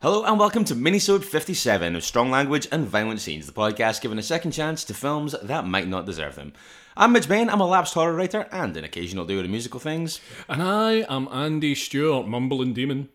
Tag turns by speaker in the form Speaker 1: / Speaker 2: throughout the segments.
Speaker 1: Hello and welcome to Minisode 57 of Strong Language and Violent Scenes, the podcast giving a second chance to films that might not deserve them. I'm Mitch Bain, I'm a lapsed horror writer and an occasional doer of musical things.
Speaker 2: And I am Andy Stewart, mumbling demon.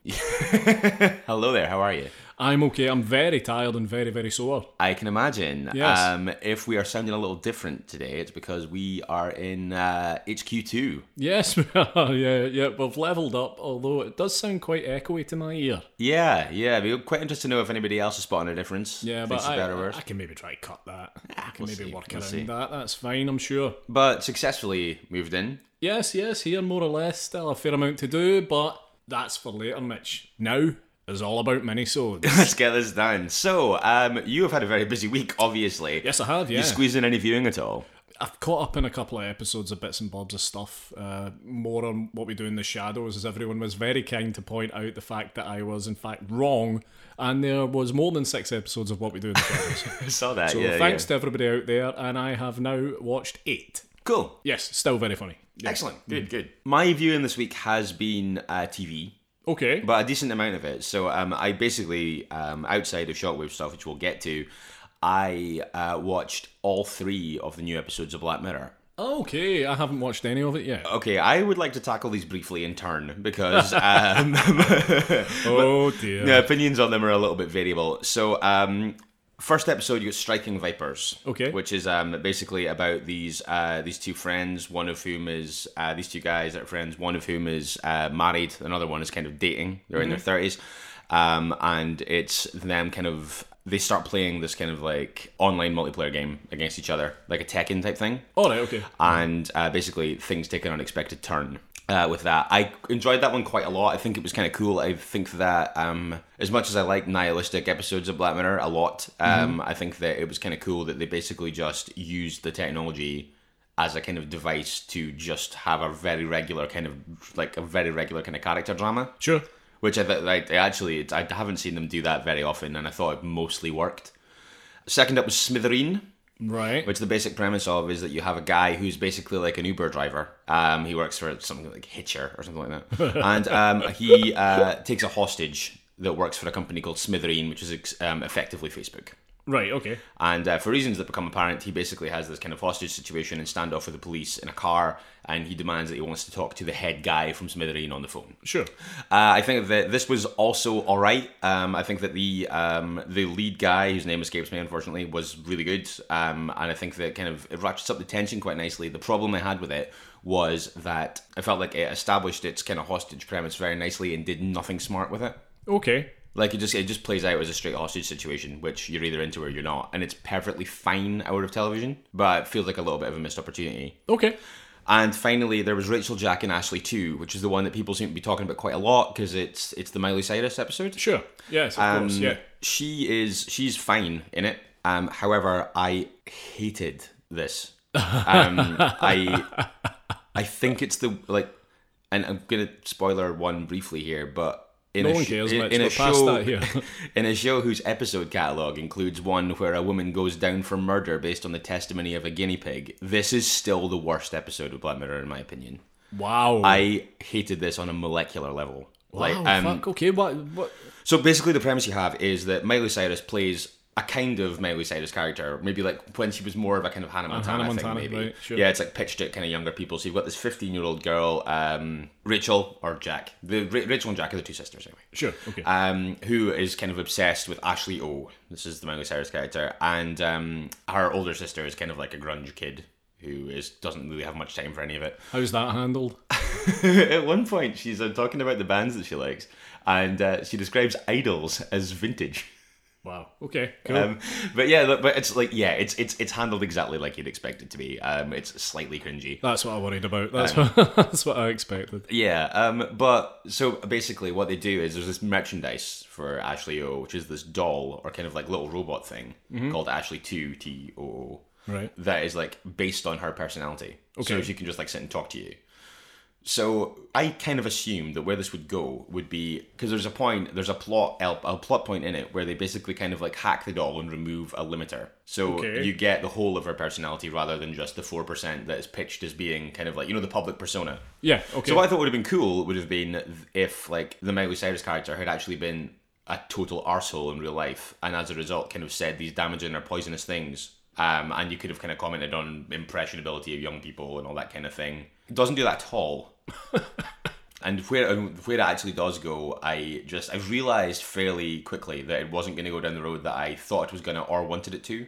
Speaker 1: Hello there, how are you?
Speaker 2: I'm okay. I'm very tired and very, very sore.
Speaker 1: I can imagine.
Speaker 2: Yes.
Speaker 1: Um, if we are sounding a little different today, it's because we are in uh, HQ2.
Speaker 2: Yes, we are. yeah, yeah. We've leveled up, although it does sound quite echoey to my ear.
Speaker 1: Yeah, yeah. It'd be quite interested to know if anybody else is spotting a difference.
Speaker 2: Yeah,
Speaker 1: thinks it's
Speaker 2: but I,
Speaker 1: better or worse. Ah,
Speaker 2: I can maybe try to cut that. I can
Speaker 1: we'll
Speaker 2: maybe
Speaker 1: see,
Speaker 2: work
Speaker 1: we'll
Speaker 2: around
Speaker 1: see.
Speaker 2: that. That's fine, I'm sure.
Speaker 1: But successfully moved in.
Speaker 2: Yes, yes. Here, more or less, still a fair amount to do, but that's for later, Mitch. Now is all about minisodes.
Speaker 1: Let's get this done. So, um, you have had a very busy week, obviously.
Speaker 2: yes, I have.
Speaker 1: You
Speaker 2: Yeah,
Speaker 1: squeeze in any viewing at all?
Speaker 2: I've caught up in a couple of episodes of bits and bobs of stuff. Uh, more on what we do in the shadows, as everyone was very kind to point out the fact that I was in fact wrong, and there was more than six episodes of what we do in the shadows.
Speaker 1: I saw that.
Speaker 2: so
Speaker 1: yeah,
Speaker 2: thanks
Speaker 1: yeah.
Speaker 2: to everybody out there, and I have now watched eight.
Speaker 1: Cool.
Speaker 2: Yes, still very funny. Yeah.
Speaker 1: Excellent. Good. Good. My viewing this week has been uh, TV,
Speaker 2: Okay.
Speaker 1: but a decent amount of it. So um, I basically, um, outside of shortwave stuff, which we'll get to, I uh, watched all three of the new episodes of Black Mirror.
Speaker 2: okay, I haven't watched any of it yet.
Speaker 1: Okay, I would like to tackle these briefly in turn because um,
Speaker 2: oh dear.
Speaker 1: the opinions on them are a little bit variable. So, um, first episode, you got striking vipers.
Speaker 2: Okay.
Speaker 1: Which is um, basically about these uh, these two friends, one of whom is uh, these two guys that are friends, one of whom is uh, married, another one is kind of dating. They're in their thirties, um, and it's them kind of. They start playing this kind of like online multiplayer game against each other, like a Tekken type thing
Speaker 2: All right. Okay.
Speaker 1: and uh, basically things take an unexpected turn uh, with that. I enjoyed that one quite a lot. I think it was kind of cool. I think that um, as much as I like nihilistic episodes of Black Mirror a lot, um, I think that it was kind of cool that they basically just used the technology as a kind of device to just have a very regular kind of like a very regular kind of character drama.
Speaker 2: Sure.
Speaker 1: Which I thought, like, they actually, it's, I haven't seen them do that very often, and I thought it mostly worked. Second up was Smithereen,
Speaker 2: Right.
Speaker 1: which the basic premise of is that you have a guy who's basically like an Uber driver. Um, he works for something like Hitcher or something like that, and um, he uh, takes a hostage that works for a company called Smithereen, which is ex- um, effectively Facebook.
Speaker 2: right. Okay.
Speaker 1: And uh, for reasons that become apparent, he basically has this kind of hostage situation and standoff with the police in a car, and he demands that he wants to talk to the head guy from Smithereen on the phone.
Speaker 2: Sure.
Speaker 1: Uh, I think that this was also all right. Um, I think that the um, the lead guy, whose name escapes me unfortunately, was really good. Um, and I think that kind of it ratchets up the tension quite nicely. The problem I had with it was that I felt like it established its kind of hostage premise very nicely and did nothing smart with it.
Speaker 2: Okay.
Speaker 1: Like it just it just plays out as a straight hostage situation, which you're either into or you're not, and it's perfectly fine out of television, but it feels like a little bit of a missed opportunity.
Speaker 2: Okay.
Speaker 1: And finally, there was Rachel Jack and Ashley 2, which is the one that people seem to be talking about quite a lot because it's it's the Miley Cyrus episode.
Speaker 2: Sure. Yes. Of
Speaker 1: Um,
Speaker 2: course. Yeah.
Speaker 1: She is she's fine in it. Um, however, I hated this. Um, I I think it's the like, and I'm gonna spoiler one briefly here, but in
Speaker 2: No
Speaker 1: a
Speaker 2: one
Speaker 1: sh-
Speaker 2: cares,
Speaker 1: in,
Speaker 2: Mitch.
Speaker 1: in a
Speaker 2: We're past
Speaker 1: show
Speaker 2: that here.
Speaker 1: in a show whose episode catalog includes one where a woman goes down for murder based on the testimony of a guinea pig. This is still the worst episode of Black Mirror, in my opinion.
Speaker 2: Wow.
Speaker 1: I hated this on a molecular level. Like,
Speaker 2: oh,
Speaker 1: um,
Speaker 2: fuck. Okay. What? What?
Speaker 1: so basically, the premise you have is that Miley Cyrus plays a kind of Miley Cyrus character, maybe like when she was more of a kind of Hannah Montana,
Speaker 2: Hannah
Speaker 1: I think,
Speaker 2: Montana,
Speaker 1: maybe.
Speaker 2: right, sure.
Speaker 1: Yeah, it's like pitched at kind of younger people. So you've got this 15 year old girl, um, Rachel or Jack. The Ra- Rachel and Jack are the two sisters, anyway.
Speaker 2: Sure. Okay.
Speaker 1: Um, who is kind of obsessed with Ashley O. This is the Miley Cyrus character, and um, her older sister is kind of like a grunge kid who is doesn't really have much time for any of it.
Speaker 2: How's that handled?
Speaker 1: At one point, she's uh, talking about the bands that she likes, and uh, she describes Idols as vintage.
Speaker 2: Wow. Okay. Cool.
Speaker 1: Um, but yeah, look, but it's like yeah, it's it's it's handled exactly like you'd expect it to be. Um, it's slightly cringy.
Speaker 2: that's what I worried about. That's,
Speaker 1: um,
Speaker 2: what, that's what I expected.
Speaker 1: Yeah, um, but so basically, what they do is there's this merchandise for Ashley O, which is this doll or kind of like little robot thing called Ashley Two T O O
Speaker 2: Right.
Speaker 1: that is like based on her personality. So
Speaker 2: Okay.
Speaker 1: she can just like sit and talk to you. So I kind of assumed that where this would go would be because there's a point, there's a plot, el- a plot point in it where they basically kind of like hack the doll and remove a limiter. So
Speaker 2: Okay.
Speaker 1: you get the whole of her personality rather than just the four percent that is pitched as being kind of like you know the public persona.
Speaker 2: Yeah. Okay.
Speaker 1: So what I thought would have been cool would have been if like the Miley Cyrus character had actually been a total arsehole in real life, and as a result, kind of said these damaging or poisonous things. Um, and you could have kind of commented on impressionability of young people and all that kind of thing. It doesn't do that at all. and where and where it actually does go, I just I've realised fairly quickly that it wasn't going to go down the road that I thought it was going to or wanted it to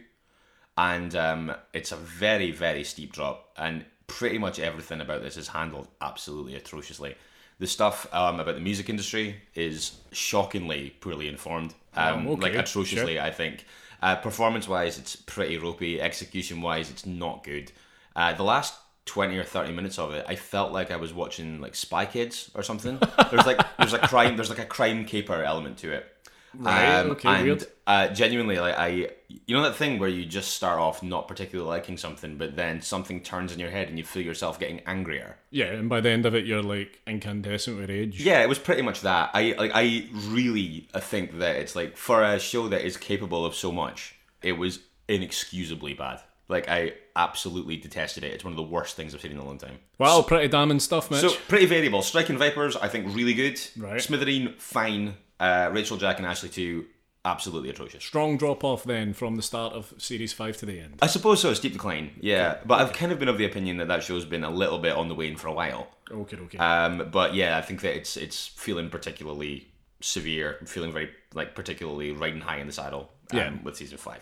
Speaker 1: and um, it's a very very steep drop and pretty much everything about this is handled absolutely atrociously the stuff um, about the music industry is shockingly poorly informed um,
Speaker 2: Oh, okay.
Speaker 1: like atrociously i think uh, performance wise it's pretty ropey execution wise it's not good uh, the last 20 or 30 minutes of it i felt like i was watching like spy kids or something there's like there's a crime there's like a crime caper element to it
Speaker 2: Right, okay,
Speaker 1: and,
Speaker 2: weird.
Speaker 1: Uh, genuinely, like I, you know that thing where you just start off not particularly liking something, but then something turns in your head and you feel yourself getting angrier.
Speaker 2: yeah. And by the end of it, you're like incandescent with rage.
Speaker 1: Yeah, it was pretty much that. I, like, I really uh, think that it's like for a show that is capable of so much, it was inexcusably bad. Like I absolutely detested it. It's one of the worst things I've seen in a long time.
Speaker 2: Wow. Pretty damning stuff, Mitch.
Speaker 1: So pretty variable. Striking Vipers, I think, really good.
Speaker 2: Right.
Speaker 1: Smithereen, fine. Uh, Rachel, Jack, and Ashley too, absolutely atrocious.
Speaker 2: Strong drop off then from the start of series five to the end.
Speaker 1: I suppose so, a steep decline. Yeah, but I've kind of been of the opinion that that show's been a little bit on the wane for a while.
Speaker 2: Okay. Okay.
Speaker 1: Um, but yeah, I think that it's it's feeling particularly severe, feeling very like particularly riding high in the saddle. um,
Speaker 2: Yeah.
Speaker 1: with season five.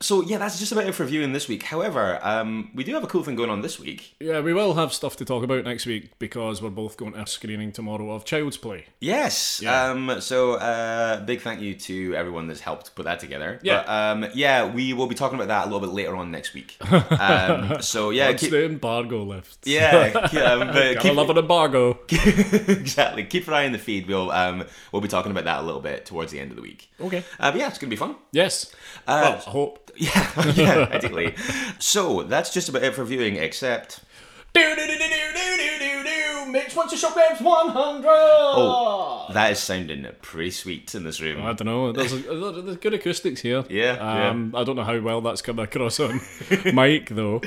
Speaker 1: So yeah, that's just about it for reviewing this week. However, um, we do have a cool thing going on this week.
Speaker 2: yeah. We will have stuff to talk about next week because we're both going to a screening tomorrow of Child's Play.
Speaker 1: Yes. Um, so uh, big thank you to everyone that's helped put that together.
Speaker 2: Yeah.
Speaker 1: But, um, yeah, we will be talking about that a little bit later on next week. Um, so yeah,
Speaker 2: It's
Speaker 1: keep,
Speaker 2: the embargo lifts.
Speaker 1: yeah, ke- um, but
Speaker 2: Gotta
Speaker 1: keep,
Speaker 2: love an embargo.
Speaker 1: exactly. Keep an eye on the feed. We'll um we'll be talking about that a little bit towards the end of the week.
Speaker 2: Okay.
Speaker 1: Uh, but yeah, it's gonna be fun.
Speaker 2: Yes. well,
Speaker 1: Uh,
Speaker 2: I hope.
Speaker 1: Yeah, yeah, ideally. So that's just about it for viewing, except
Speaker 2: Do, do, do, do, do, do, do, do, do. Mitch wants to show grams 100. Oh.
Speaker 1: that is sounding pretty sweet in this
Speaker 2: I
Speaker 1: room.
Speaker 2: don't know. There's, a, there's good acoustics here.
Speaker 1: Yeah,
Speaker 2: Um, I don't know how well that's come across on Mike though.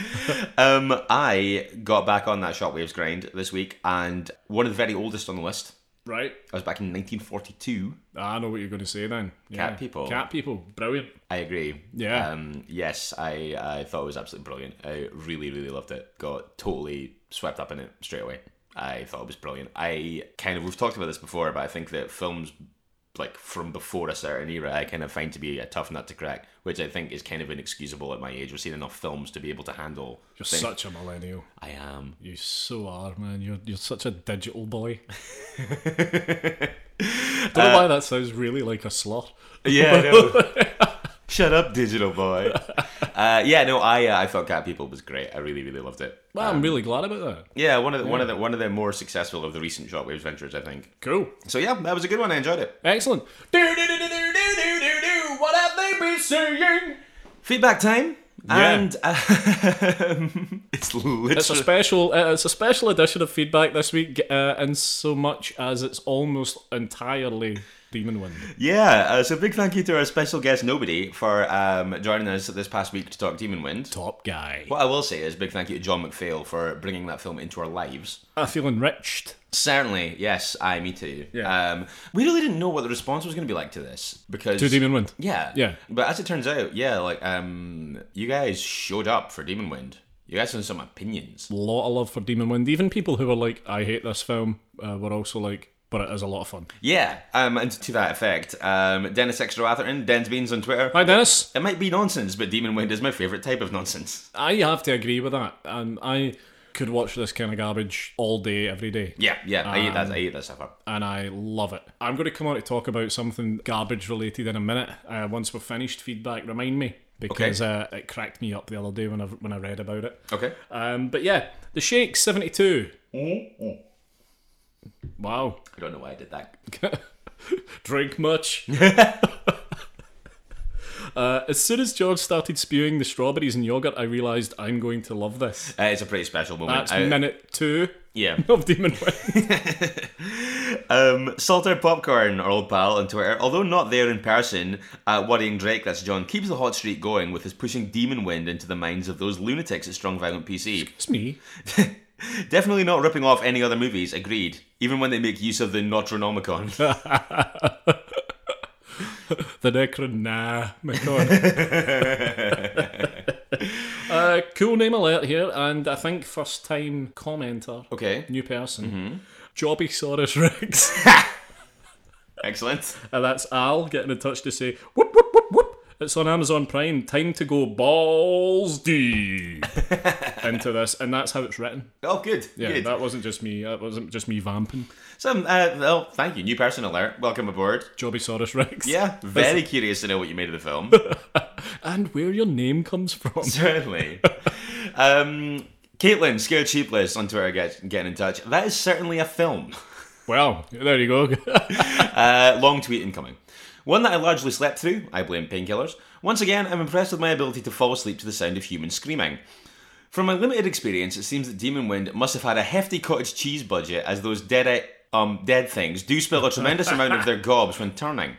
Speaker 1: Um, I got back on that Shortwaves grind this week, and one of the very oldest on the list.
Speaker 2: Right.
Speaker 1: I was back in 1942.
Speaker 2: I know what you're going to say then.
Speaker 1: Cat
Speaker 2: Yeah.
Speaker 1: people.
Speaker 2: Cat people. Brilliant.
Speaker 1: I agree.
Speaker 2: Yeah.
Speaker 1: Um, yes, I, I thought it was absolutely brilliant. I really, really loved it. Got totally swept up in it straight away. I thought it was brilliant. I kind of, we've talked about this before, but I think that films like from before a certain era, I kind of find to be a tough nut to crack, which I think is kind of inexcusable at my age. We've seen enough films to be able to handle.
Speaker 2: You're
Speaker 1: things.
Speaker 2: such a millennial.
Speaker 1: I am.
Speaker 2: You so are, man. You're you're such a digital boy. don't know why that sounds really like a slur.
Speaker 1: Yeah, I know. Shut up, digital boy. Uh, yeah, no, I uh, I thought Cat People was great. I really, really loved it.
Speaker 2: Well, I'm really glad about that.
Speaker 1: Yeah, one of the, one of the one of the more successful of the recent shortwaves ventures, I think.
Speaker 2: Cool.
Speaker 1: So yeah, that was a good one. I enjoyed it.
Speaker 2: Excellent. Do do do do do do do do do. What have they been saying?
Speaker 1: Feedback time.
Speaker 2: Yeah.
Speaker 1: And um, it's literally
Speaker 2: It's a special. Uh, it's a special edition of feedback this week, uh, in so much as it's almost entirely Demon Wind.
Speaker 1: yeah. Uh, so big thank you to our special guest Nobody for um, joining us this past week to talk Demon Wind.
Speaker 2: Top guy.
Speaker 1: What I will say is big thank you to John McPhail for bringing that film into our lives.
Speaker 2: I feel enriched.
Speaker 1: Certainly, yes, I me too.
Speaker 2: Yeah.
Speaker 1: Um, we really didn't know what the response was going to be like to this because
Speaker 2: To Demon Wind.
Speaker 1: Yeah.
Speaker 2: Yeah.
Speaker 1: But as it turns out, yeah, like um you guys showed up for Demon Wind. You guys had some opinions.
Speaker 2: lot of love for Demon Wind. Even people who were like, "I hate this film," uh, were also like, "But it is a lot of fun."
Speaker 1: Yeah. Um and to that effect, um Dennis Extra Atherton, Den's Beans on Twitter.
Speaker 2: Hi, Dennis.
Speaker 1: It might be nonsense, but Demon Wind is my favourite type of nonsense.
Speaker 2: I have to agree with that, and I could watch this kind of garbage all day, every day.
Speaker 1: Yeah, yeah, I eat that. I eat that stuff up.
Speaker 2: and I love it. I'm going to come on to talk about something garbage related in a minute. Uh, once we're finished, feedback remind me because uh, it cracked me up the other day when I when I read about it.
Speaker 1: Okay.
Speaker 2: Um, but yeah, the Shake 72. Wow,
Speaker 1: I don't know why I did that.
Speaker 2: drink much. Uh, as soon as George started spewing the strawberries and yogurt, I realised I'm going to love this.
Speaker 1: Uh, it's a pretty special moment.
Speaker 2: That's
Speaker 1: I-
Speaker 2: minute two
Speaker 1: yeah.
Speaker 2: of Demon Wind.
Speaker 1: Um, Salted Popcorn, our old pal on Twitter, although not there in person, uh, worrying Drake, that's John, keeps the hot streak going with his pushing demon wind into the minds of those lunatics at Strong Violent PC.
Speaker 2: it's me.
Speaker 1: Definitely not ripping off any other movies, agreed, even when they make use of the Notronomicon.
Speaker 2: The Necron, nah, my god. uh, cool name alert here, and I think first time commenter,
Speaker 1: okay,
Speaker 2: new
Speaker 1: Mm-hmm.
Speaker 2: person, Jobby Saurus Rex.
Speaker 1: excellent.
Speaker 2: and that's Al getting in touch to say, whoop, whoop, whoop, whoop. It's on Amazon Prime. Time to go balls deep into this, and that's how it's written.
Speaker 1: Oh, good,
Speaker 2: Yeah,
Speaker 1: good.
Speaker 2: that wasn't just me. That wasn't just me vamping.
Speaker 1: Some, uh, well, thank you, new person alert, welcome aboard.
Speaker 2: Jobby Saurus Rex.
Speaker 1: Yeah, very curious to know what you made of the film.
Speaker 2: And where your name comes from.
Speaker 1: Certainly. um, Caitlin, Scared Cheapless on Twitter, get, getting in touch. That is certainly a film.
Speaker 2: well, there you go.
Speaker 1: Uh, long tweet incoming. One that I largely slept through. I blame painkillers. Once again, I'm impressed with my ability to fall asleep to the sound of humans screaming. From my limited experience, it seems that Demon Wind must have had a hefty cottage cheese budget, as those dead um dead things do spill a tremendous amount of their gobs when turning.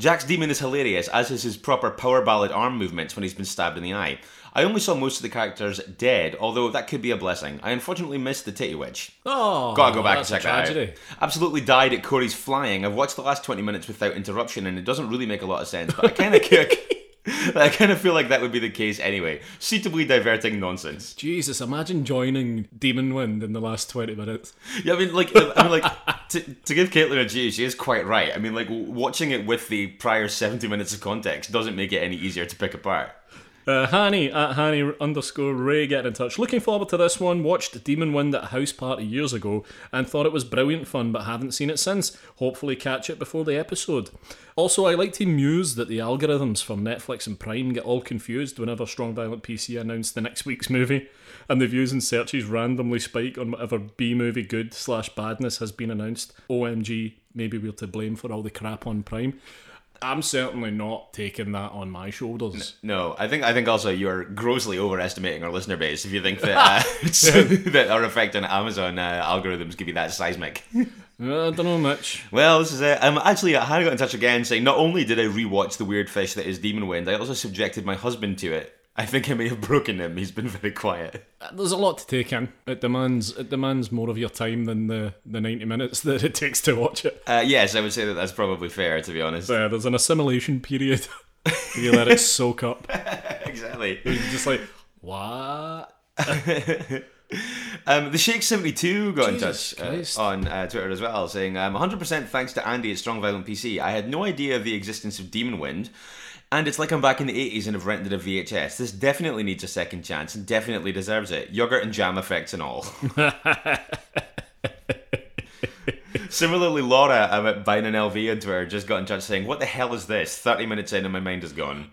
Speaker 1: Jack's demon is hilarious, as is his proper power ballad arm movements when he's been stabbed in the eye. I only saw most of the characters dead, although that could be a blessing. I unfortunately missed the titty witch.
Speaker 2: oh,
Speaker 1: Gotta go back and
Speaker 2: that's
Speaker 1: check
Speaker 2: a
Speaker 1: that
Speaker 2: tragedy.
Speaker 1: out. Absolutely died at Corey's flying. I've watched the last 20 minutes without interruption, and it doesn't really make a lot of sense, but I kind of I kind of feel like that would be the case anyway. Suitably diverting nonsense.
Speaker 2: Jesus, imagine joining Demon Wind in the last 20 minutes.
Speaker 1: Yeah, I mean, like, I mean, like, to, to give Caitlin a due, she is quite right. I mean, like, w- watching it with the prior seventy minutes of context doesn't make it any easier to pick apart.
Speaker 2: Uh, Hani at Hani underscore Ray getting in touch. Looking forward to this one. Watched Demon Wind at a house party years ago and thought it was brilliant fun, but haven't seen it since. Hopefully, catch it before the episode. Also, I like to muse that the algorithms for Netflix and Prime get all confused whenever Strong Violent PC announced the next week's movie, and the views and searches randomly spike on whatever B movie good slash badness has been announced. OMG, maybe we're to blame for all the crap on Prime. I'm certainly not taking that on my shoulders.
Speaker 1: No, I think I think also you're grossly overestimating our listener base if you think that uh, that our effect on Amazon uh, algorithms could be that seismic.
Speaker 2: Uh, I don't know much.
Speaker 1: Well, this is it. I'm actually Hannah got in touch again saying not only did I rewatch the weird fish that is Demon Wind, I also subjected my husband to it. I think I may have broken him. He's been very quiet.
Speaker 2: There's a lot to take in. It demands it demands more of your time than the, the 90 minutes that it takes to watch it.
Speaker 1: Uh, yes, I would say that that's probably fair, to be honest.
Speaker 2: Yeah, there's an assimilation period. you let it soak up.
Speaker 1: exactly.
Speaker 2: You're just like what?
Speaker 1: Um, the Shake seventy two got
Speaker 2: Jesus
Speaker 1: in touch
Speaker 2: Christ.
Speaker 1: uh, on uh, Twitter as well, saying um, 100% thanks to Andy at Strong Violent PC. I had no idea of the existence of Demon Wind, and it's like I'm back in the 80s and have rented a VHS. This definitely needs a second chance and definitely deserves it. Yogurt and jam effects and all. Similarly, Laura um, at Bine and LV on Twitter just got in touch saying, "What the hell is this?" Thirty minutes in and my mind is gone.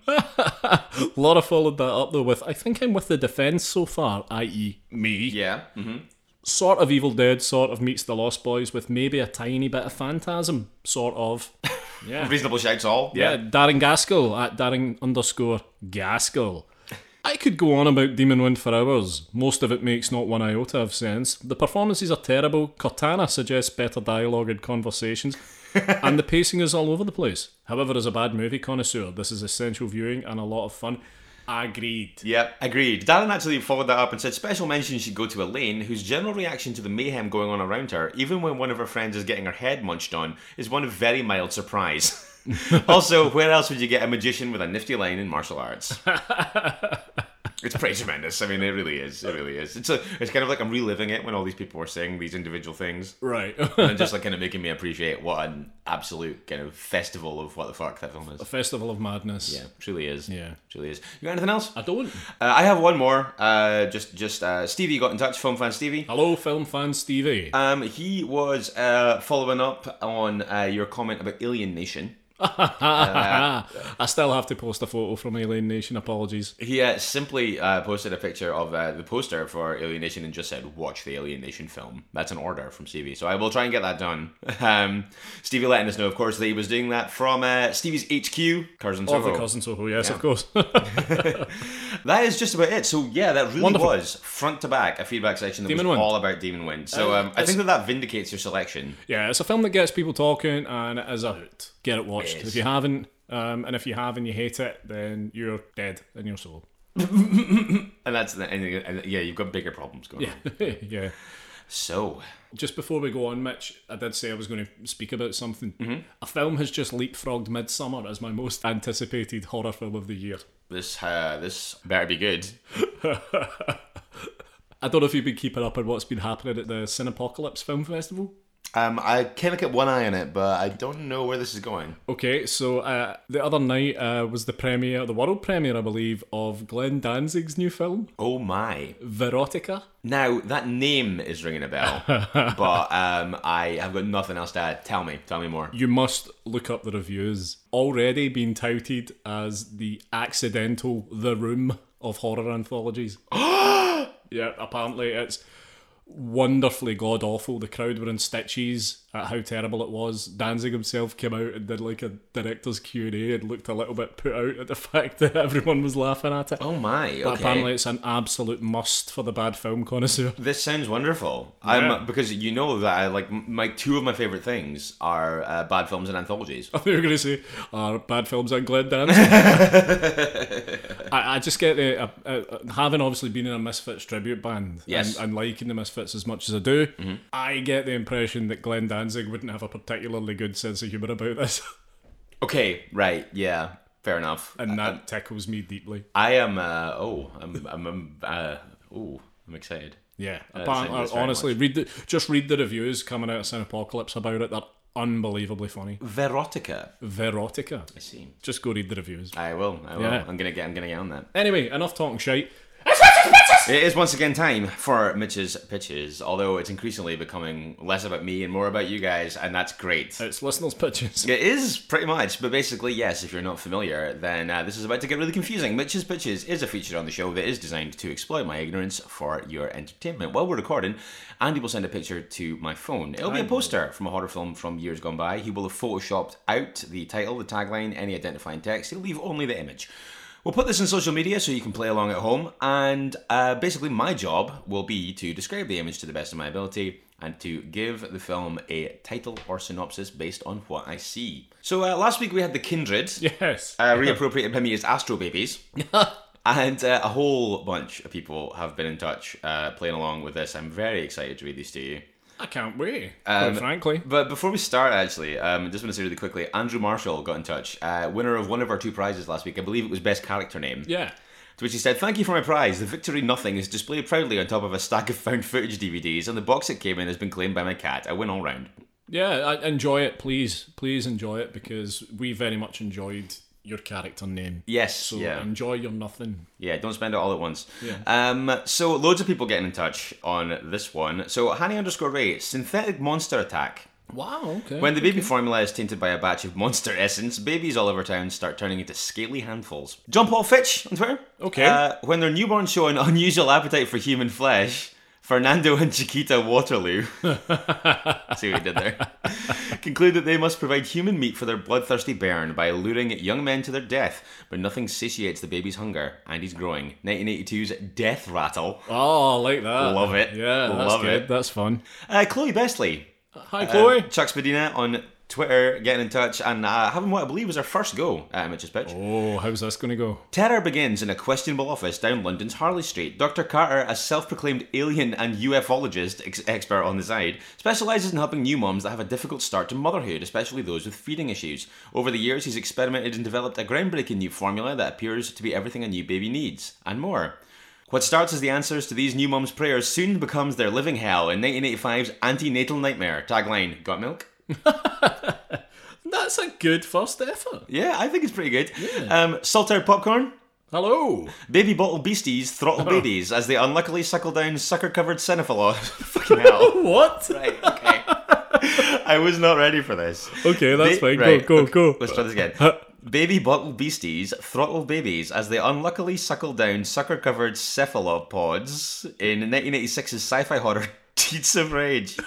Speaker 2: Laura followed that up though with I think I'm with the defense so far, i.e. me.
Speaker 1: Yeah. mhm.
Speaker 2: Sort of Evil Dead, sort of meets the Lost Boys with maybe a tiny bit of phantasm, sort of. Yeah.
Speaker 1: Reasonable shouts all.
Speaker 2: Yeah, Uh, Darren Gaskell at Darren underscore Gaskell. I could go on about Demon Wind for hours. Most of it makes not one iota of sense. The performances are terrible. Cortana suggests better dialogue and conversations, and the pacing is all over the place. However, as a bad movie connoisseur, this is essential viewing and a lot of fun. Agreed.
Speaker 1: Yep, agreed. Darren actually followed that up and said special mention should go to Elaine, whose general reaction to the mayhem going on around her, even when one of her friends is getting her head munched on, is one of very mild surprise. also, where else would you get a magician with a nifty line in martial arts? It's pretty tremendous. I mean, it really is. It really is. It's a, it's kind of like I'm reliving it when all these people are saying these individual things,
Speaker 2: Right.
Speaker 1: and just like kind of making me appreciate what an absolute kind of festival of what the fuck that film is.
Speaker 2: Festival of Madness.
Speaker 1: Yeah, truly is.
Speaker 2: Yeah.
Speaker 1: truly is. You got anything else?
Speaker 2: I don't.
Speaker 1: Uh, I have one more. Uh, just, just uh, Stevie got in touch. Film fan Stevie.
Speaker 2: Hello, film fan Stevie.
Speaker 1: Um, he was uh, following up on uh, your comment about Alien Nation.
Speaker 2: I still have to post a photo from Alien Nation. Apologies.
Speaker 1: He uh, simply uh, posted a picture of uh, the poster for Alien Nation and just said, "Watch the Alien Nation film." That's an order from Stevie, so I will try and get that done. Um, Stevie letting us know, of course, that he was doing that from uh, Stevie's HQ, Curzon
Speaker 2: Of
Speaker 1: Soho.
Speaker 2: the cousin Soho, yes, of course.
Speaker 1: That is just about it. So yeah, that really
Speaker 2: Wonderful.
Speaker 1: was front to back a feedback section that
Speaker 2: Demon
Speaker 1: was
Speaker 2: Wind.
Speaker 1: all about Demon Wind. So um, I think that that vindicates your selection.
Speaker 2: yeah, it's a film that gets people talking, and it is a hoot. Get it watched if you haven't, um, and if you have and you hate it, then you're dead in your soul.
Speaker 1: And that's the and, and yeah, you've got bigger problems going on.
Speaker 2: yeah.
Speaker 1: So
Speaker 2: Just before we go on, Mitch, I did say I was going to speak about something. A film has just leapfrogged Midsummer as my most anticipated horror film of the year.
Speaker 1: this uh, this better be good.
Speaker 2: I don't know if you've been keeping up on what's been happening at the Cinepocalypse Film Festival.
Speaker 1: Um, I kind of kept one eye on it, but I don't know where this is going.
Speaker 2: Okay, so uh, the other night uh, was the premiere, the world premiere, I believe, of Glenn Danzig's new film,
Speaker 1: Oh my!
Speaker 2: Verotica.
Speaker 1: Now that name is ringing a bell, but um, I have got nothing else to add. Tell me, tell me more.
Speaker 2: You must look up the reviews. Already being touted as the accidental The Room of horror anthologies. yeah, apparently it's wonderfully god awful. The crowd were in stitches at how terrible it was. Danzig himself came out and did like a director's Q and A and looked a little bit put out at the fact that everyone was laughing at it.
Speaker 1: Oh my!
Speaker 2: But
Speaker 1: Okay.
Speaker 2: apparently, it's an absolute must for the bad film connoisseur.
Speaker 1: This sounds wonderful. I'm because you know that I like m- my two of my favorite things are uh, bad films and anthologies.
Speaker 2: I thought you were going to say, "Are bad films and Glenn Danzig?" I, I just get the uh, uh, having obviously been in a Misfits tribute band
Speaker 1: Yes. Mm-hmm.
Speaker 2: and, and liking the Misfits as much as I do. I get the impression that Glenn Danzig wouldn't have a particularly good sense of humor about this,
Speaker 1: Okay, right, yeah, fair enough.
Speaker 2: and that tickles me deeply.
Speaker 1: I am. Uh, oh, I'm. I'm. I'm uh, oh, I'm excited.
Speaker 2: Yeah,
Speaker 1: thank you
Speaker 2: apparently,
Speaker 1: very
Speaker 2: honestly, read the, just read the reviews coming out of Cinepocalypse about it. They're unbelievably funny.
Speaker 1: Verotica.
Speaker 2: Verotica.
Speaker 1: I see.
Speaker 2: Just go read the reviews.
Speaker 1: I will. I will.
Speaker 2: Yeah.
Speaker 1: I'm gonna get. I'm gonna get on that.
Speaker 2: Anyway, enough talking shite.
Speaker 1: It is once again time for Mitch's pitches. Although it's increasingly becoming less about me and more about you guys, and that's great.
Speaker 2: It's listeners' pitches.
Speaker 1: It is pretty much, but basically, yes, if you're not familiar, then uh, this is about to get really confusing. Mitch's Pitches is a feature on the show that is designed to exploit my ignorance for your entertainment. While we're recording, Andy will send a picture to my phone. It'll be a poster from a horror film from years gone by. He will have photoshopped out the title, the tagline, any identifying text. He'll leave only the image. We'll put this in social media so you can play along at home, and uh, basically, my job will be to describe the image to the best of my ability and to give the film a title or synopsis based on what I see. So uh, last week we had The Kindred.
Speaker 2: Yes.
Speaker 1: I reappropriated by me as Astro Babies. and uh, a whole bunch of people have been in touch uh, playing along with this. I'm very excited to read these to you.
Speaker 2: I can't wait,
Speaker 1: Um,
Speaker 2: quite frankly.
Speaker 1: But before we start, actually, um, just want to say really quickly Andrew Marshall got in touch, uh, winner of one of our two prizes last week. I believe it was Best Character Name.
Speaker 2: Yeah.
Speaker 1: To which he said, Thank you for my prize. The Victory Nothing is displayed proudly on top of a stack of found footage DVDs, and the box it came in has been claimed by my cat. I win all round.
Speaker 2: Yeah, I, enjoy it, please. Please enjoy it because we very much enjoyed your character name.
Speaker 1: Yes.
Speaker 2: So
Speaker 1: yeah.
Speaker 2: enjoy your nothing.
Speaker 1: Yeah, don't spend it all at once. Um, so loads of people getting in touch on this one. So Hanny underscore Ray, synthetic monster attack.
Speaker 2: Wow, okay.
Speaker 1: When the baby formula is tainted by a batch of monster essence, babies all over town start turning into scaly handfuls. John Paul Fitch on Twitter.
Speaker 2: Okay.
Speaker 1: Uh, when their newborns show an unusual appetite for human flesh, Fernando and Chiquita Waterloo. See what he did there. Conclude that they must provide human meat for their bloodthirsty bairn by luring young men to their death, but nothing satiates the baby's hunger, and he's growing. 1982's Death Rattle.
Speaker 2: oh, I like that.
Speaker 1: Love it.
Speaker 2: Yeah, that's
Speaker 1: Love
Speaker 2: good.
Speaker 1: it. Um,
Speaker 2: That's fun.
Speaker 1: Uh, Chloe Bestley,
Speaker 2: Hi, Chloe.
Speaker 1: Chuck Spadina on Twitter getting in touch and uh, having what I believe was her first go at Mitch's pitch.
Speaker 2: oh, how's this going to go?
Speaker 1: Terror begins in a questionable office down London's Harley Street. Dr. Carter, a self proclaimed alien and ufologist ex- expert on the side, specializes in helping new moms that have a difficult start to motherhood, especially those with feeding issues. Over the years, he's experimented and developed a groundbreaking new formula that appears to be everything a new baby needs and more. What starts as the answers to these new mums' prayers soon becomes their living hell in 1985's Antenatal Nightmare. Tagline, got milk?
Speaker 2: That's a good first effort.
Speaker 1: Yeah, I think it's pretty good. Um, salted popcorn,
Speaker 2: Hello.
Speaker 1: baby bottle beasties
Speaker 2: Oh.
Speaker 1: throttle babies as they unluckily suckle down sucker-covered cinephilos. Fucking hell.
Speaker 2: What?
Speaker 1: right, okay. I was not ready for this.
Speaker 2: Okay, that's
Speaker 1: Ba-
Speaker 2: fine.
Speaker 1: right,
Speaker 2: Go, go,
Speaker 1: okay,
Speaker 2: go.
Speaker 1: Let's try this again. Baby bottle beasties throttle babies as they unluckily suckle down sucker covered cephalopods in 1986's sci fi horror Teats of Rage.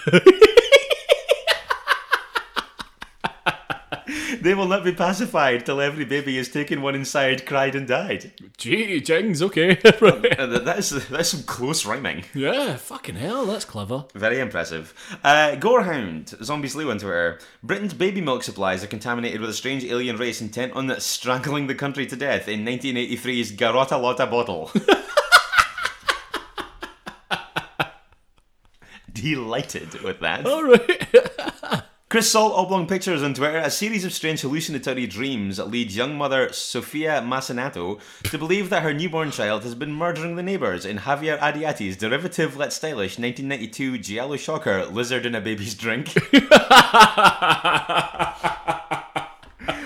Speaker 1: they will not be pacified till every baby has taken one inside, cried, and died.
Speaker 2: Gee, Jings, okay.
Speaker 1: And Uh, th- That is, that's some close rhyming.
Speaker 2: yeah, fucking hell, that's clever.
Speaker 1: Very impressive. Uh, Gorehound, Zombies Lou on Twitter. Britain's baby milk supplies are contaminated with a strange alien race intent on strangling the country to death in 1983's Garota Lotta Bottle. Delighted with that.
Speaker 2: All right.
Speaker 1: Chris Salt Oblong Pictures on Twitter. A series of strange hallucinatory dreams leads young mother Sofia Masinato to believe that her newborn child has been murdering the neighbours in Javier Adiati's derivative let stylish 1992 Giallo Shocker Lizard in a Baby's Drink.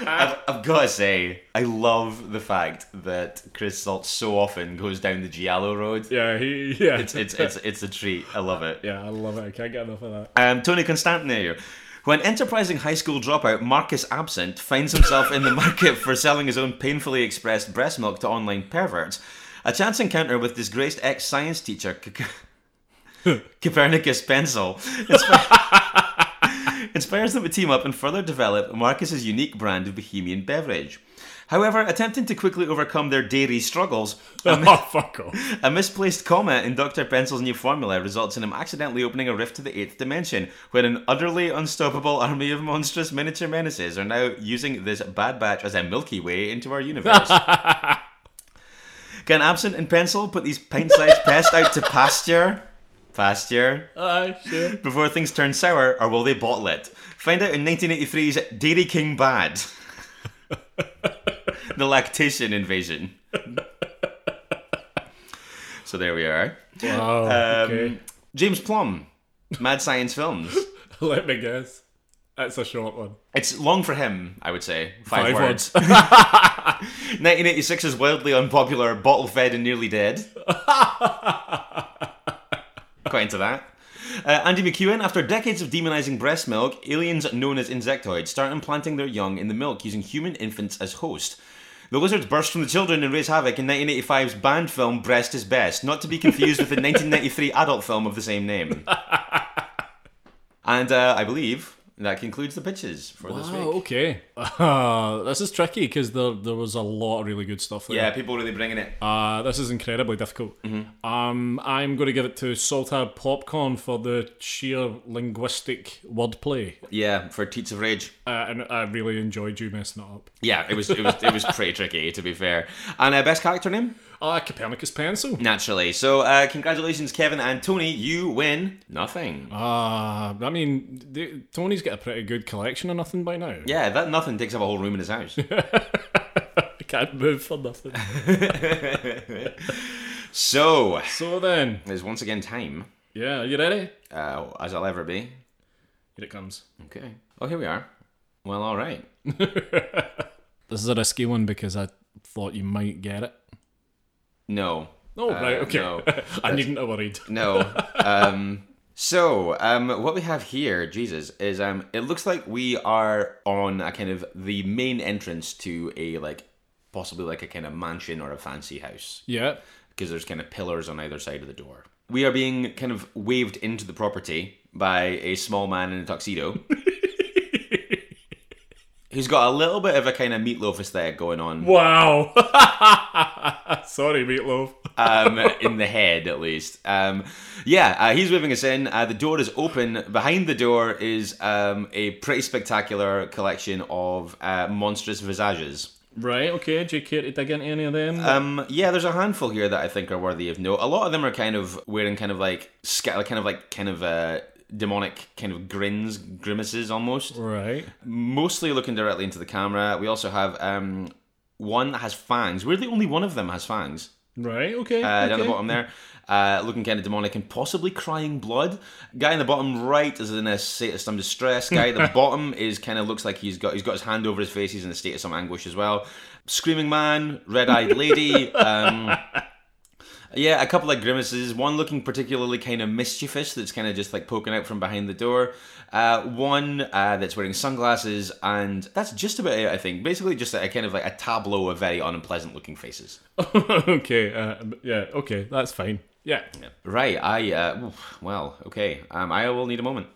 Speaker 1: I've, I've got to say, I love the fact that Chris Salt so often goes down the Giallo road.
Speaker 2: Yeah, he, yeah.
Speaker 1: It's, it's, it's, it's a treat. I love it.
Speaker 2: yeah, I love it. I can't get enough of that.
Speaker 1: Um, Tony Constantine. When enterprising high school dropout Marcus Absent finds himself in the market for selling his own painfully expressed breast milk to online perverts, a chance encounter with disgraced ex science teacher C- C- Copernicus Pencil inspi- inspires them to team up and further develop Marcus's unique brand of bohemian beverage. However, attempting to quickly overcome their dairy struggles,
Speaker 2: oh, fuck off.
Speaker 1: a misplaced comma in Dr. Pencil's new formula results in him accidentally opening a rift to the eighth dimension, when an utterly unstoppable army of monstrous miniature menaces are now using this bad batch as a Milky Way into our universe. Can Absent and Pencil put these pint sized pests out to pasture? Pasture?
Speaker 2: Aye, sure.
Speaker 1: Before things turn sour, or will they bottle it? Find out in 1983's Dairy King Bad. the lactation invasion. so there we are.
Speaker 2: Wow.
Speaker 1: Um,
Speaker 2: okay.
Speaker 1: James Plum, Mad Science Films.
Speaker 2: Let me guess. That's a short one.
Speaker 1: It's long for him, I would say. Five,
Speaker 2: Five
Speaker 1: words. 1986 is wildly unpopular, bottle fed and nearly dead. Quite into that. Uh, Andy McEwen, after decades of demonizing breast milk, aliens known as insectoids start implanting their young in the milk using human infants as host. The lizards burst from the children and raise havoc in 1985's banned film Breast is Best, not to be confused with the 1993 adult film of the same name. And uh, I believe that concludes the pitches for this week.
Speaker 2: Oh, okay. Uh, this is tricky because there, there was a lot of really good stuff there.
Speaker 1: Yeah, Mm-hmm. people really bringing it.
Speaker 2: Uh, this is incredibly difficult. Um, I'm going to give it to Saltab Popcorn for the sheer linguistic wordplay.
Speaker 1: Yeah, for Teats of Rage.
Speaker 2: Uh, and I really enjoyed you messing it up.
Speaker 1: Yeah, it was it was it was pretty tricky to be fair. And uh, best character name
Speaker 2: Ah, Copernicus Pencil.
Speaker 1: naturally. So uh, congratulations, Kevin and Tony. You win nothing.
Speaker 2: Uh, I mean, the, Tony's got a pretty good collection of nothing by now.
Speaker 1: yeah, that nothing takes up a whole room in his house.
Speaker 2: I can't move for nothing.
Speaker 1: so
Speaker 2: so then,
Speaker 1: there's once again time,
Speaker 2: yeah, are you ready?
Speaker 1: uh, as I'll ever be.
Speaker 2: Here it comes.
Speaker 1: Okay. Oh, here we are. Well, all right.
Speaker 2: This is a risky one because I thought you might get it.
Speaker 1: No,
Speaker 2: Oh, right, okay.
Speaker 1: Uh, no.
Speaker 2: I needn't have worried.
Speaker 1: no. Um, so um, what we have here, Jesus, is um, it looks like we are on a kind of the main entrance to a like possibly like a kind of mansion or a fancy house
Speaker 2: Yeah.
Speaker 1: because there's kind of pillars on either side of the door. We are being kind of waved into the property by a small man in a tuxedo. Who's got a little bit of a kind of meatloaf aesthetic going on
Speaker 2: Wow. Sorry, Meatloaf.
Speaker 1: um, in the head at least. Um, yeah, uh, he's waving us in. Uh, the door is open. Behind the door is um, a pretty spectacular collection of uh, monstrous visages.
Speaker 2: Right, okay. Do you care to dig into any of them?
Speaker 1: Um, yeah, there's a handful here that I think are worthy of note. A lot of them are kind of wearing kind of like sca- kind of like kind of uh, demonic kind of grins, grimaces almost.
Speaker 2: right.
Speaker 1: Mostly looking directly into the camera. We also have um, one that has fangs. We're the only one of them has fangs.
Speaker 2: Right. Okay.
Speaker 1: uh, down the
Speaker 2: okay.
Speaker 1: bottom there, uh, looking kind of demonic and possibly crying blood. Guy in the bottom right is in a state of some distress. Guy at the bottom is kind of looks like he's got he's got his hand over his face. He's in a state of some anguish as well. Screaming man, red eyed lady. Um, yeah, a couple of grimaces. One looking particularly kind of mischievous, that's kind of just like poking out from behind the door. Uh, one uh, that's wearing sunglasses, and that's just about it. I think basically just a, kind of like a tableau of very unpleasant looking faces.
Speaker 2: okay. Uh, yeah. Okay. That's fine. Yeah.
Speaker 1: Right, I, uh, oof, well, okay. Um, I will need a moment.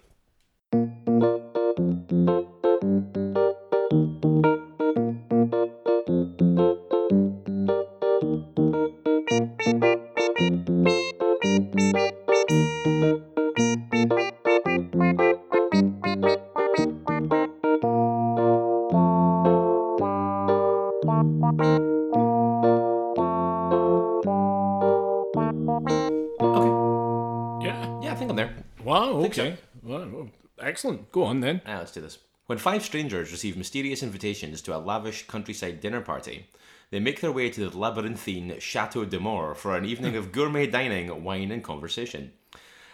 Speaker 2: Yeah.
Speaker 1: Yeah, I think I'm there.
Speaker 2: Wow. Okay. Wow, wow. Excellent. Go on then.
Speaker 1: Ah, let's do this. When five strangers receive mysterious invitations to a lavish countryside dinner party, they make their way to the labyrinthine Chateau de More for an evening of gourmet dining, wine, and conversation.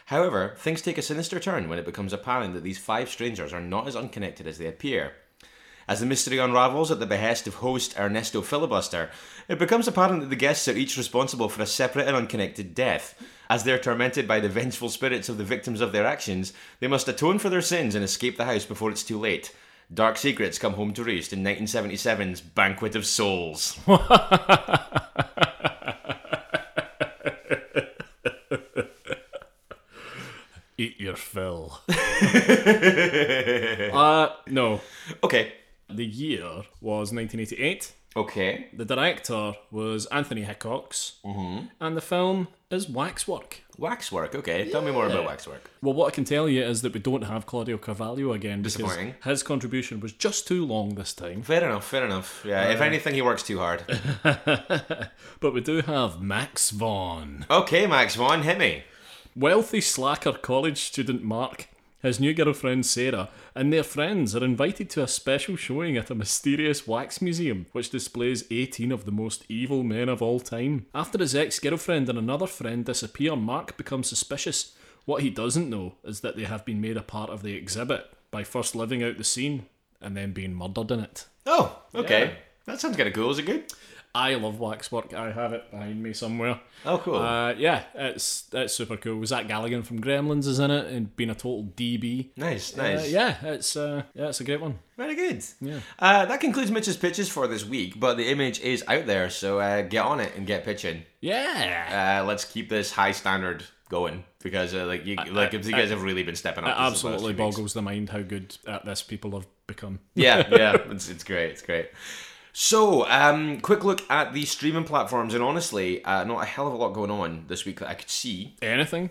Speaker 1: However, things take a sinister turn when it becomes apparent that these five strangers are not as unconnected as they appear. As the mystery unravels at the behest of host Ernesto Filibuster, it becomes apparent that the guests are each responsible for a separate and unconnected death. As they're tormented by the vengeful spirits of the victims of their actions, they must atone for their sins and escape the house before it's too late. Dark secrets come home to roost in 1977's Banquet of Souls.
Speaker 2: Eat your fill. uh, no.
Speaker 1: Okay.
Speaker 2: The year was 1988.
Speaker 1: Okay.
Speaker 2: The director was Anthony Hickox, and the film is Waxwork.
Speaker 1: Waxwork. Okay. Tell me more about waxwork.
Speaker 2: Well, what I can tell you is that we don't have Claudio Carvalho again because
Speaker 1: Disappointing.
Speaker 2: his contribution was just too long this time.
Speaker 1: Fair enough. Fair enough. Yeah. if anything, he works too hard.
Speaker 2: But we do have Max Vaughn.
Speaker 1: okay, Max Vaughn, hit me.
Speaker 2: Wealthy slacker college student Mark, his new girlfriend Sarah, and their friends are invited to a special showing at a mysterious wax museum which displays 18 of the most evil men of all time. After his ex girlfriend and another friend disappear, Mark becomes suspicious. What he doesn't know is that they have been made a part of the exhibit by first living out the scene and then being murdered in it.
Speaker 1: Oh, okay.
Speaker 2: Yeah.
Speaker 1: That sounds kind of cool. Is it good?
Speaker 2: I love waxwork. I have it behind me somewhere.
Speaker 1: Oh, cool.
Speaker 2: Uh, yeah, it's it's super cool. Zach Galligan from Gremlins is in it and being a total DB.
Speaker 1: nice,
Speaker 2: Uh,
Speaker 1: nice.
Speaker 2: yeah, it's uh, yeah, it's a great one.
Speaker 1: Very good. Yeah. Uh, that concludes Mitch's pitches for this week, but the image is out there, so uh, get on it and get pitching.
Speaker 2: Yeah,
Speaker 1: Uh, let's keep this high standard going because uh, like you, like you guys have really been stepping up.
Speaker 2: it
Speaker 1: this last
Speaker 2: absolutely
Speaker 1: few weeks.
Speaker 2: boggles the mind how good at this people have become.
Speaker 1: yeah, yeah, it's, it's great, it's great. So, um, quick look at the streaming platforms, and honestly, uh, not a hell of a lot going on this week that I could see.
Speaker 2: Anything?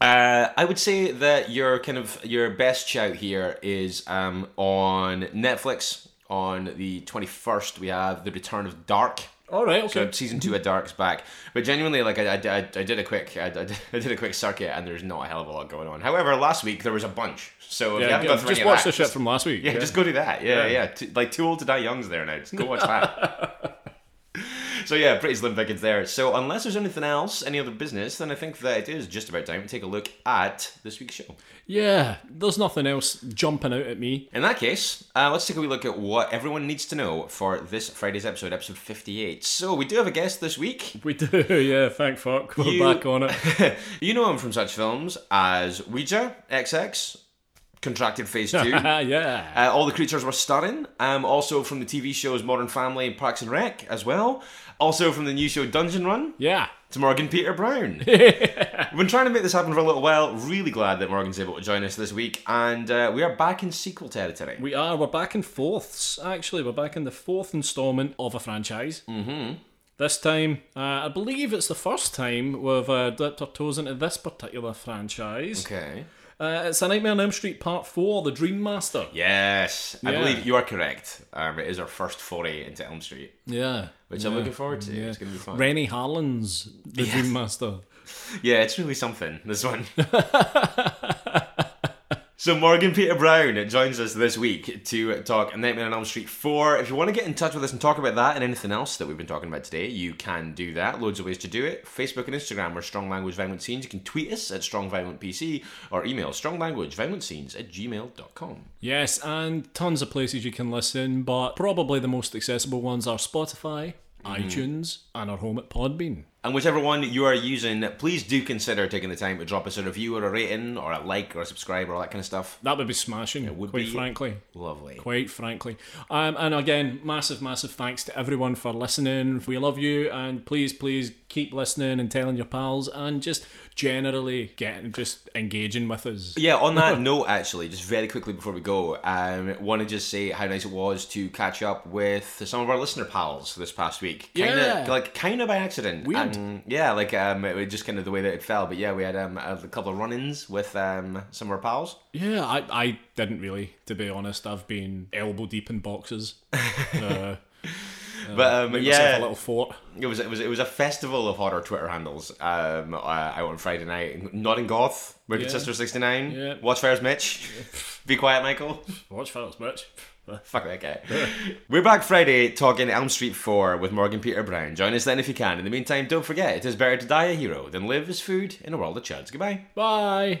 Speaker 1: Uh, I would say that your kind of your best shout here is um, on Netflix on the twenty first. We have the Return of Dark.
Speaker 2: All right, okay.
Speaker 1: So season two of Dark's back, but genuinely, like I, I, I I did a quick, I, I did- I did a quick circuit, and there's not a hell of a lot going on. However, last week there was a bunch, so if you
Speaker 2: yeah,
Speaker 1: haven't
Speaker 2: yeah,
Speaker 1: gone through
Speaker 2: just
Speaker 1: any of
Speaker 2: watch
Speaker 1: that,
Speaker 2: the shit
Speaker 1: just-
Speaker 2: from last week.
Speaker 1: yeah, just go do that. Yeah, yeah. T- like Too Old to Die Young's there now. Just go watch that. so yeah, pretty slim pickings there. So unless there's anything else, any other business, then I think that it is just about time to take a look at this week's show.
Speaker 2: Yeah, there's nothing else jumping out at me.
Speaker 1: In that case, uh, let's take a wee look at what everyone needs to know for this Friday's episode, episode 58. So we do have a guest this week.
Speaker 2: We do, yeah. Thank fuck, we're
Speaker 1: You-
Speaker 2: back on it.
Speaker 1: you know him from such films as Ouija, XX, Contracted Phase 2,
Speaker 2: yeah.
Speaker 1: Uh, all the creatures were stunning. Um, also from the TV shows Modern Family and Parks and Rec as well. Also from the new show Dungeon Run.
Speaker 2: Yeah.
Speaker 1: It's Morgan Peter Brown. We've been trying to make this happen for a little while. Really glad that Morgan's able to join us this week, and uh, we are back in sequel territory.
Speaker 2: We are. We're back in fourths, actually. We're back in the fourth installment of a franchise. Mm-hmm. This time, uh, I believe it's the first time we've uh, dipped our toes into this particular franchise.
Speaker 1: Okay.
Speaker 2: Uh, it's A Nightmare on Elm Street Part 4, The Dream Master.
Speaker 1: Yes, I
Speaker 2: Yeah.
Speaker 1: believe you are correct. Um, it is our first foray into Elm Street,
Speaker 2: Yeah.
Speaker 1: which I'm looking forward to. It's going to be fun.
Speaker 2: Rennie Harlan's The Dream Master.
Speaker 1: Yeah, it's really something, this one. So Morgan Peter Brown joins us this week to talk Nightmare on Elm Street 4. If you want to get in touch with us and talk about that and anything else that we've been talking about today, you can do that. Loads of ways to do it. Facebook and Instagram are Strong Language Violent Scenes. You can tweet us at Strong Violent PC or email stronglanguageviolentscenes at gmail.com.
Speaker 2: Yes, and tons of places you can listen, but probably the most accessible ones are Spotify,
Speaker 1: Mm-hmm.
Speaker 2: iTunes, and our home at Podbean.
Speaker 1: And whichever one you are using, please do consider taking the time to drop us a review or a rating or a like or a subscribe or all that kind of stuff.
Speaker 2: That would be smashing,
Speaker 1: would
Speaker 2: quite
Speaker 1: be.
Speaker 2: frankly.
Speaker 1: Lovely.
Speaker 2: Quite frankly. Um, and again, massive, massive thanks to everyone for listening. We love you, and please, please keep listening and telling your pals, and just generally getting, just engaging with us.
Speaker 1: Yeah, on that note, actually, just very quickly before we go, um, want to just say how nice it was to catch up with some of our listener pals this past week. Kinda,
Speaker 2: Yeah.
Speaker 1: like kind of by accident.
Speaker 2: Weird.
Speaker 1: Um, yeah, like um, it was just kind of the way that it fell. But yeah, we had um, a couple of run-ins with um, some of our pals.
Speaker 2: Yeah, I, I didn't really, to be honest. I've been elbow deep in boxes. Uh,
Speaker 1: but um,
Speaker 2: made myself
Speaker 1: yeah,
Speaker 2: a little fort.
Speaker 1: it was it was it was a festival of horror Twitter handles. Um, uh, out on Friday night, not in Goth, Wicked
Speaker 2: Yeah.
Speaker 1: Sister sixty nine.
Speaker 2: Yeah.
Speaker 1: Watch Fires, Mitch. Be quiet, Michael.
Speaker 2: Watch for us, bitch.
Speaker 1: Fuck that guy. We're back Friday talking Elm Street 4 with Morgan Peter Brown. Join us then if you can. In the meantime, don't forget it is better to die a hero than live as food in a world of chuds. Goodbye.
Speaker 2: Bye.